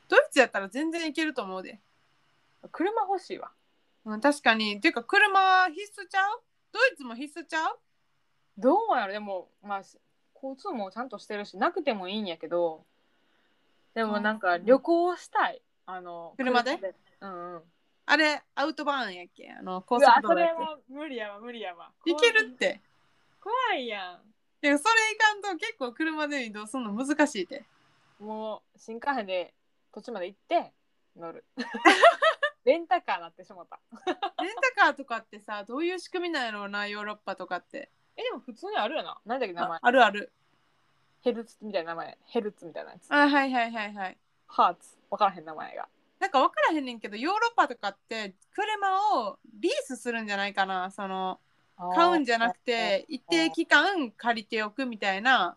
Speaker 2: ドイツやったら全然いけると思うで、
Speaker 1: 車欲しいわ。
Speaker 2: うん、確かにていうか車必須ちゃうドイツも必須ちゃう
Speaker 1: どうやろでも、まあ、し交通もちゃんとしてるし、なくてもいいんやけど、でもなんか
Speaker 2: うん
Speaker 1: 旅行したい。あの、
Speaker 2: 車で
Speaker 1: うんうん。
Speaker 2: あれ、アウトバーンやっけあの、
Speaker 1: う
Speaker 2: 高
Speaker 1: わそ
Speaker 2: 速、道路や
Speaker 1: れ
Speaker 2: っ
Speaker 1: は無理やわ、無理やわ。
Speaker 2: け行けるって。
Speaker 1: 怖い怖いや
Speaker 2: いや、それいかんと結構車で移動するの難しいて。
Speaker 1: ん。もう、新幹線で途中まで行って、乗 る。レンタカーなってしまった。
Speaker 2: レンタカーとかってさ、どういう仕組みなんやろうな、ヨーロッパとかって。
Speaker 1: え、でも普通にあるよな。なんだっけ、名
Speaker 2: あ
Speaker 1: 前。
Speaker 2: あるある。
Speaker 1: ヘルツみたいな名前。ヘルツみたいなやつ。
Speaker 2: あ、はいはいはいはい。
Speaker 1: ハーツ。わからへん名前が。
Speaker 2: なんか分からへんねんけど、ヨーロッパとかって車をリースするんじゃないかな。その、買うんじゃなく。て、一定期間借りておくみたいな。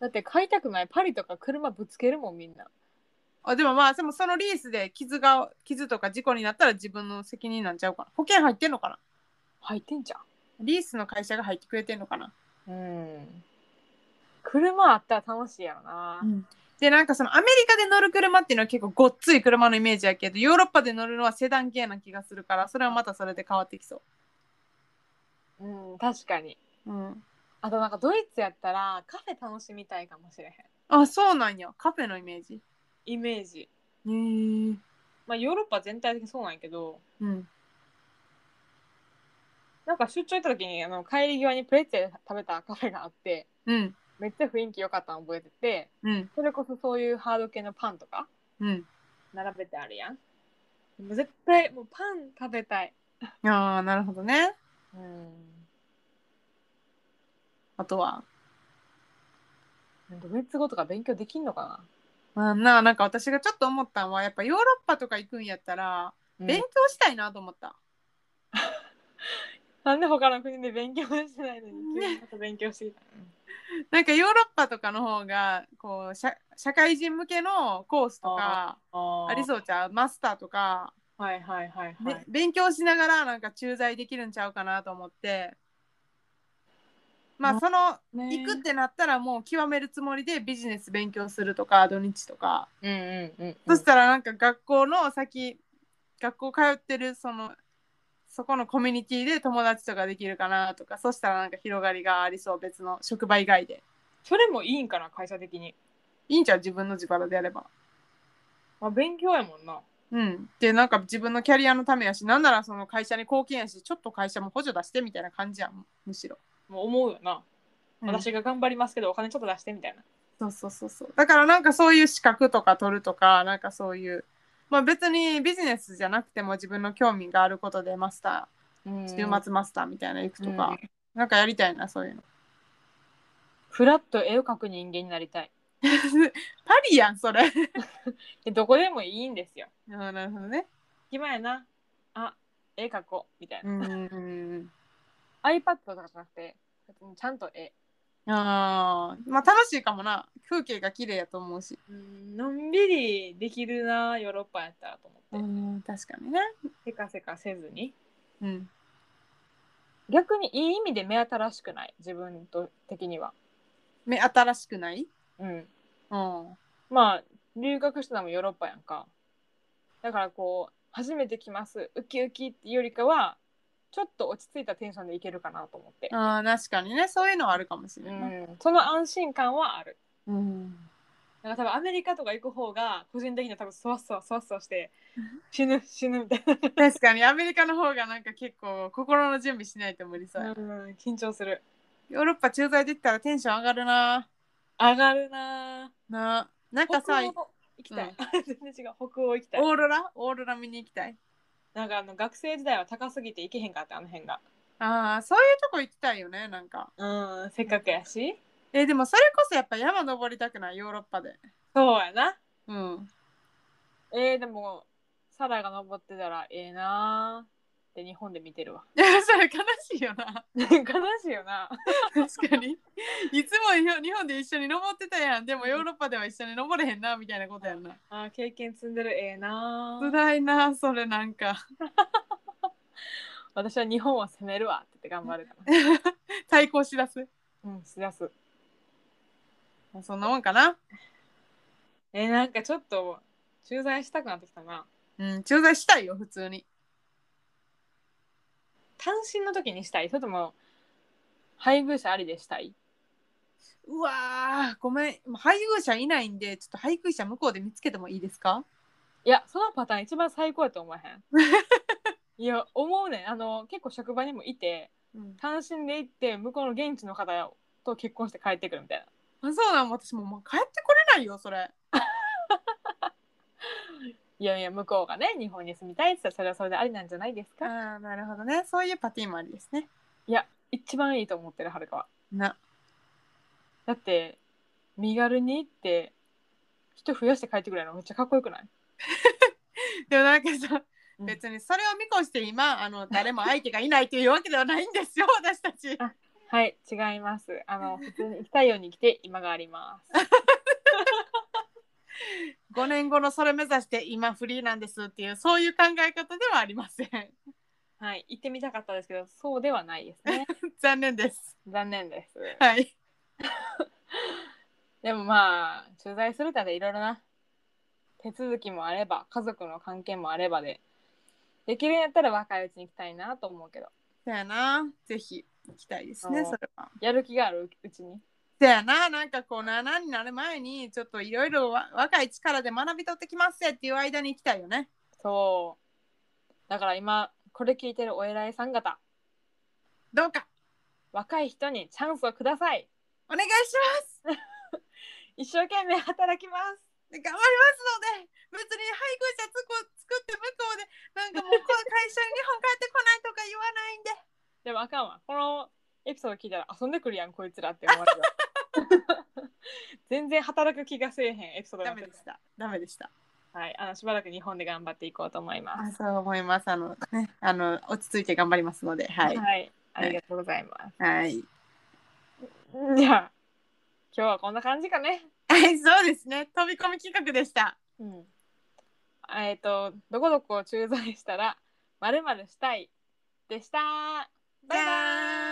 Speaker 1: だって買いたくない。パリとか車ぶつけるもん、みんな。
Speaker 2: あでもまあ、でもそのリースで傷が、傷とか事故になったら自分の責任なんちゃうかな。保険入ってんのかな
Speaker 1: 入ってんじ
Speaker 2: リースの会社が入ってくれてんのかな
Speaker 1: ゃん。うん。車あったら楽しいやろな。
Speaker 2: でなんかそのアメリカで乗る車っていうのは結構ごっつい車のイメージやけどヨーロッパで乗るのはセダン系な気がするからそれはまたそれで変わってきそ
Speaker 1: うん、確かに。
Speaker 2: う、うん、
Speaker 1: あとなんかドイツやったらカフェ楽しみたいかもしれへん。
Speaker 2: あそうなんやカフェのイメージ
Speaker 1: イメージ。
Speaker 2: へえ
Speaker 1: まあヨーロッパ全体的にそうなんやけど、
Speaker 2: うん
Speaker 1: なんか出張行った時にあの帰り際にプレッツェル食べたカフェがあって、
Speaker 2: うん
Speaker 1: めっちゃ雰囲気良かったの覚えてて、
Speaker 2: うん
Speaker 1: それこそそういうハード系のパンとか
Speaker 2: うん
Speaker 1: 並べてあるやん。もう絶対もうパン食べたい。
Speaker 2: ああなるほどね
Speaker 1: うん。
Speaker 2: あとは
Speaker 1: ドイツ語とか勉強できんのか
Speaker 2: あななんか私がちょっと思ったのはやっぱヨーロッパとか行くんやったら
Speaker 1: な
Speaker 2: 勉
Speaker 1: 勉
Speaker 2: 強したいなと思った、
Speaker 1: なんで他の国で勉強してないのに急にまた勉強してきた
Speaker 2: なんかヨーロッパとかの方がこう社社会人向けのコースとか
Speaker 1: の
Speaker 2: あり
Speaker 1: う。
Speaker 2: そうちゃうマスターとか
Speaker 1: はいはいはいは
Speaker 2: べ
Speaker 1: い。
Speaker 2: 勉強しながらなんか駐在できるんちゃうかなと思ってまあ
Speaker 1: な
Speaker 2: その
Speaker 1: ね
Speaker 2: 行くってなったらもう極めるつもりでビジネス勉強するとか土日とか、
Speaker 1: うんうんうん。
Speaker 2: そしたらなんか学校の先学校通ってるそのそこのコミュニティで友達とかできるかなとかそしたらなんか広がりがありそう別の職場以外で
Speaker 1: それもいいんかな、会社的に。
Speaker 2: いいんちゃう自分の自腹でやれば
Speaker 1: まあ勉強やもんな。
Speaker 2: うんでなんか自分のキャリアのためやしなんならその会社に貢献やしちょっと会社も補助出してみたいな感じやんむしろ、
Speaker 1: もう思うよな。
Speaker 2: うん
Speaker 1: 私が頑張りますけど、お金ちょっと出してみたいな。
Speaker 2: そうそうそうそう。だからなんかそういう資格とか取るとか、なんかそういう、まあ別にビジネスじゃなくても自分の興味があることでマスタ
Speaker 1: うん
Speaker 2: ー、週末マスターみたいなの行くと
Speaker 1: う
Speaker 2: か、なんかやりたいな、そういうの。
Speaker 1: フラッと絵を描く人間になりたい。
Speaker 2: パリやん、それ。
Speaker 1: で、どこでもいいんですよ。
Speaker 2: なるほどね。
Speaker 1: 暇やな。あ、絵描こう。みたいな。
Speaker 2: うん。
Speaker 1: iPad とかじゃなくて別にちゃんと絵
Speaker 2: ああまあ楽しいかもな風景が綺麗やと思うし、
Speaker 1: うんのんびりできるなヨーロッパやったらと思って、
Speaker 2: 確かにね
Speaker 1: せかせかせずに
Speaker 2: うん
Speaker 1: 逆にいい意味で目新しくない自分と的には
Speaker 2: 目新しくない
Speaker 1: うん
Speaker 2: うん
Speaker 1: まあ留学したのもヨーロッパやんかだからこう初めて来ますウキウキっていうよりかはちょっと落ち着いたテンションでいけるかなと思って、
Speaker 2: あー確かにねそういうのはあるかもしれ
Speaker 1: う
Speaker 2: ない、
Speaker 1: ん、その安心感はある
Speaker 2: うん、
Speaker 1: なんか多分アメリカとか行く方が個人的には多分そわそわそわそわして死ぬ死ぬみたい な
Speaker 2: 確かにアメリカの方がなんか結構心の準備しないと無理そうや、
Speaker 1: うん緊張する
Speaker 2: ヨーロッパ駐在できたらテンション上がるな
Speaker 1: 上がるな
Speaker 2: ななん
Speaker 1: ぁ
Speaker 2: か
Speaker 1: 北
Speaker 2: さ
Speaker 1: 欧行きたい、 全然違う北欧行きたい
Speaker 2: オーロラオーロラ見に行きたい
Speaker 1: なんかあの学生時代は高すぎて行けへんかったあの辺が
Speaker 2: ああそういうとこ行きたいよねなんか
Speaker 1: うんせっかくやし
Speaker 2: えでもそれこそやっぱ山登りたくないヨーロッパで
Speaker 1: そうやな
Speaker 2: うん
Speaker 1: えー、でもサラが登ってたらええなーって日本で見てるわ
Speaker 2: いやそれ悲しいよな
Speaker 1: 悲しいよな
Speaker 2: 確かにいつもよ日本で一緒に登ってたやんでもヨーロッパでは一緒に登れへんなみたいなことやんな
Speaker 1: あー経験積んでるええなー
Speaker 2: 辛いなそれなんか
Speaker 1: 私は日本を攻めるわって言って頑張るか
Speaker 2: 対抗しだす
Speaker 1: らうんしだす
Speaker 2: まあそんなもんかな
Speaker 1: えー、なんかちょっと駐在したくなってきたな
Speaker 2: うん駐在したいよ普通に
Speaker 1: 単身の時にしたいそれとも配偶者ありでしたいう
Speaker 2: わーごめん配偶者いないんでちょっと配偶者向こうで見つけてもいいですか
Speaker 1: いやそのパターン一番最高やと思わへ んいや思うねんあの結構職場にもいて
Speaker 2: うん
Speaker 1: 単身で行って向こうの現地の方と結婚して帰ってくるみたいな
Speaker 2: あそうなの私もうもう帰ってこれないよそれ
Speaker 1: いやいや向こうがね日本に住みたいって言ったらそれはそれでありなんじゃないです
Speaker 2: あ
Speaker 1: か
Speaker 2: あなるほどねそういうパティーンもありですね
Speaker 1: 一番いいと思ってるはるかは
Speaker 2: な
Speaker 1: だって身軽に行って人増やして帰ってくるのめっちゃかっこよくない
Speaker 2: でもなんかさ、
Speaker 1: うん
Speaker 2: 別にそれを見越して今あの誰も相手がいないというわけではないんですよ 私たち
Speaker 1: はい違いますあの普通に行きたいように来て今があります
Speaker 2: 5年後のそれ目指して今フリーなんですっていうそういう考え方ではありません
Speaker 1: はい行ってみたかったですけどそうではないですね
Speaker 2: 残念です
Speaker 1: 残念です
Speaker 2: はい
Speaker 1: でもまあ取材するたっていろいろな手続きもあれば家族の関係もあればでできるんやったら若いうちに行きたいなと思うけど
Speaker 2: そやなぜひ行きたいですね
Speaker 1: そう
Speaker 2: それは
Speaker 1: やる気があるうちに
Speaker 2: そやななんかこう7になる前にちょっといろいろ若い力で学び取ってきますぜっていう間に行きたいよね
Speaker 1: そう。だから今、これ聞いてるお偉いさん方、
Speaker 2: どうか
Speaker 1: 若い人にチャンスをください。
Speaker 2: お願いします
Speaker 1: 一生懸命働きま。
Speaker 2: で頑張りますので別に配偶者つこ作って向こうでなんかもうこの会社に日本帰ってこないとか言わないんです
Speaker 1: でもあかんわ。このエピソード聞いたら遊んでくるやん、こいつらって思われるわ。 全然働く気がせえへんエピソード
Speaker 2: ダ
Speaker 1: だっ
Speaker 2: メ
Speaker 1: た
Speaker 2: でしたダメでした
Speaker 1: はい、あのしばらく日本で頑張っていこうと思いま
Speaker 2: あ
Speaker 1: す。
Speaker 2: そう思いますあのねあの落ち着いて頑張りますのではい
Speaker 1: ありがとうございま
Speaker 2: はい、
Speaker 1: す。じゃあ、今日はこんな感じかね。
Speaker 2: はい、 そうですね飛び込み企画でした
Speaker 1: うん。えっ、と、どこどこを駐在したら、まるまるしたいでした。バイバ
Speaker 2: じゃ
Speaker 1: イ。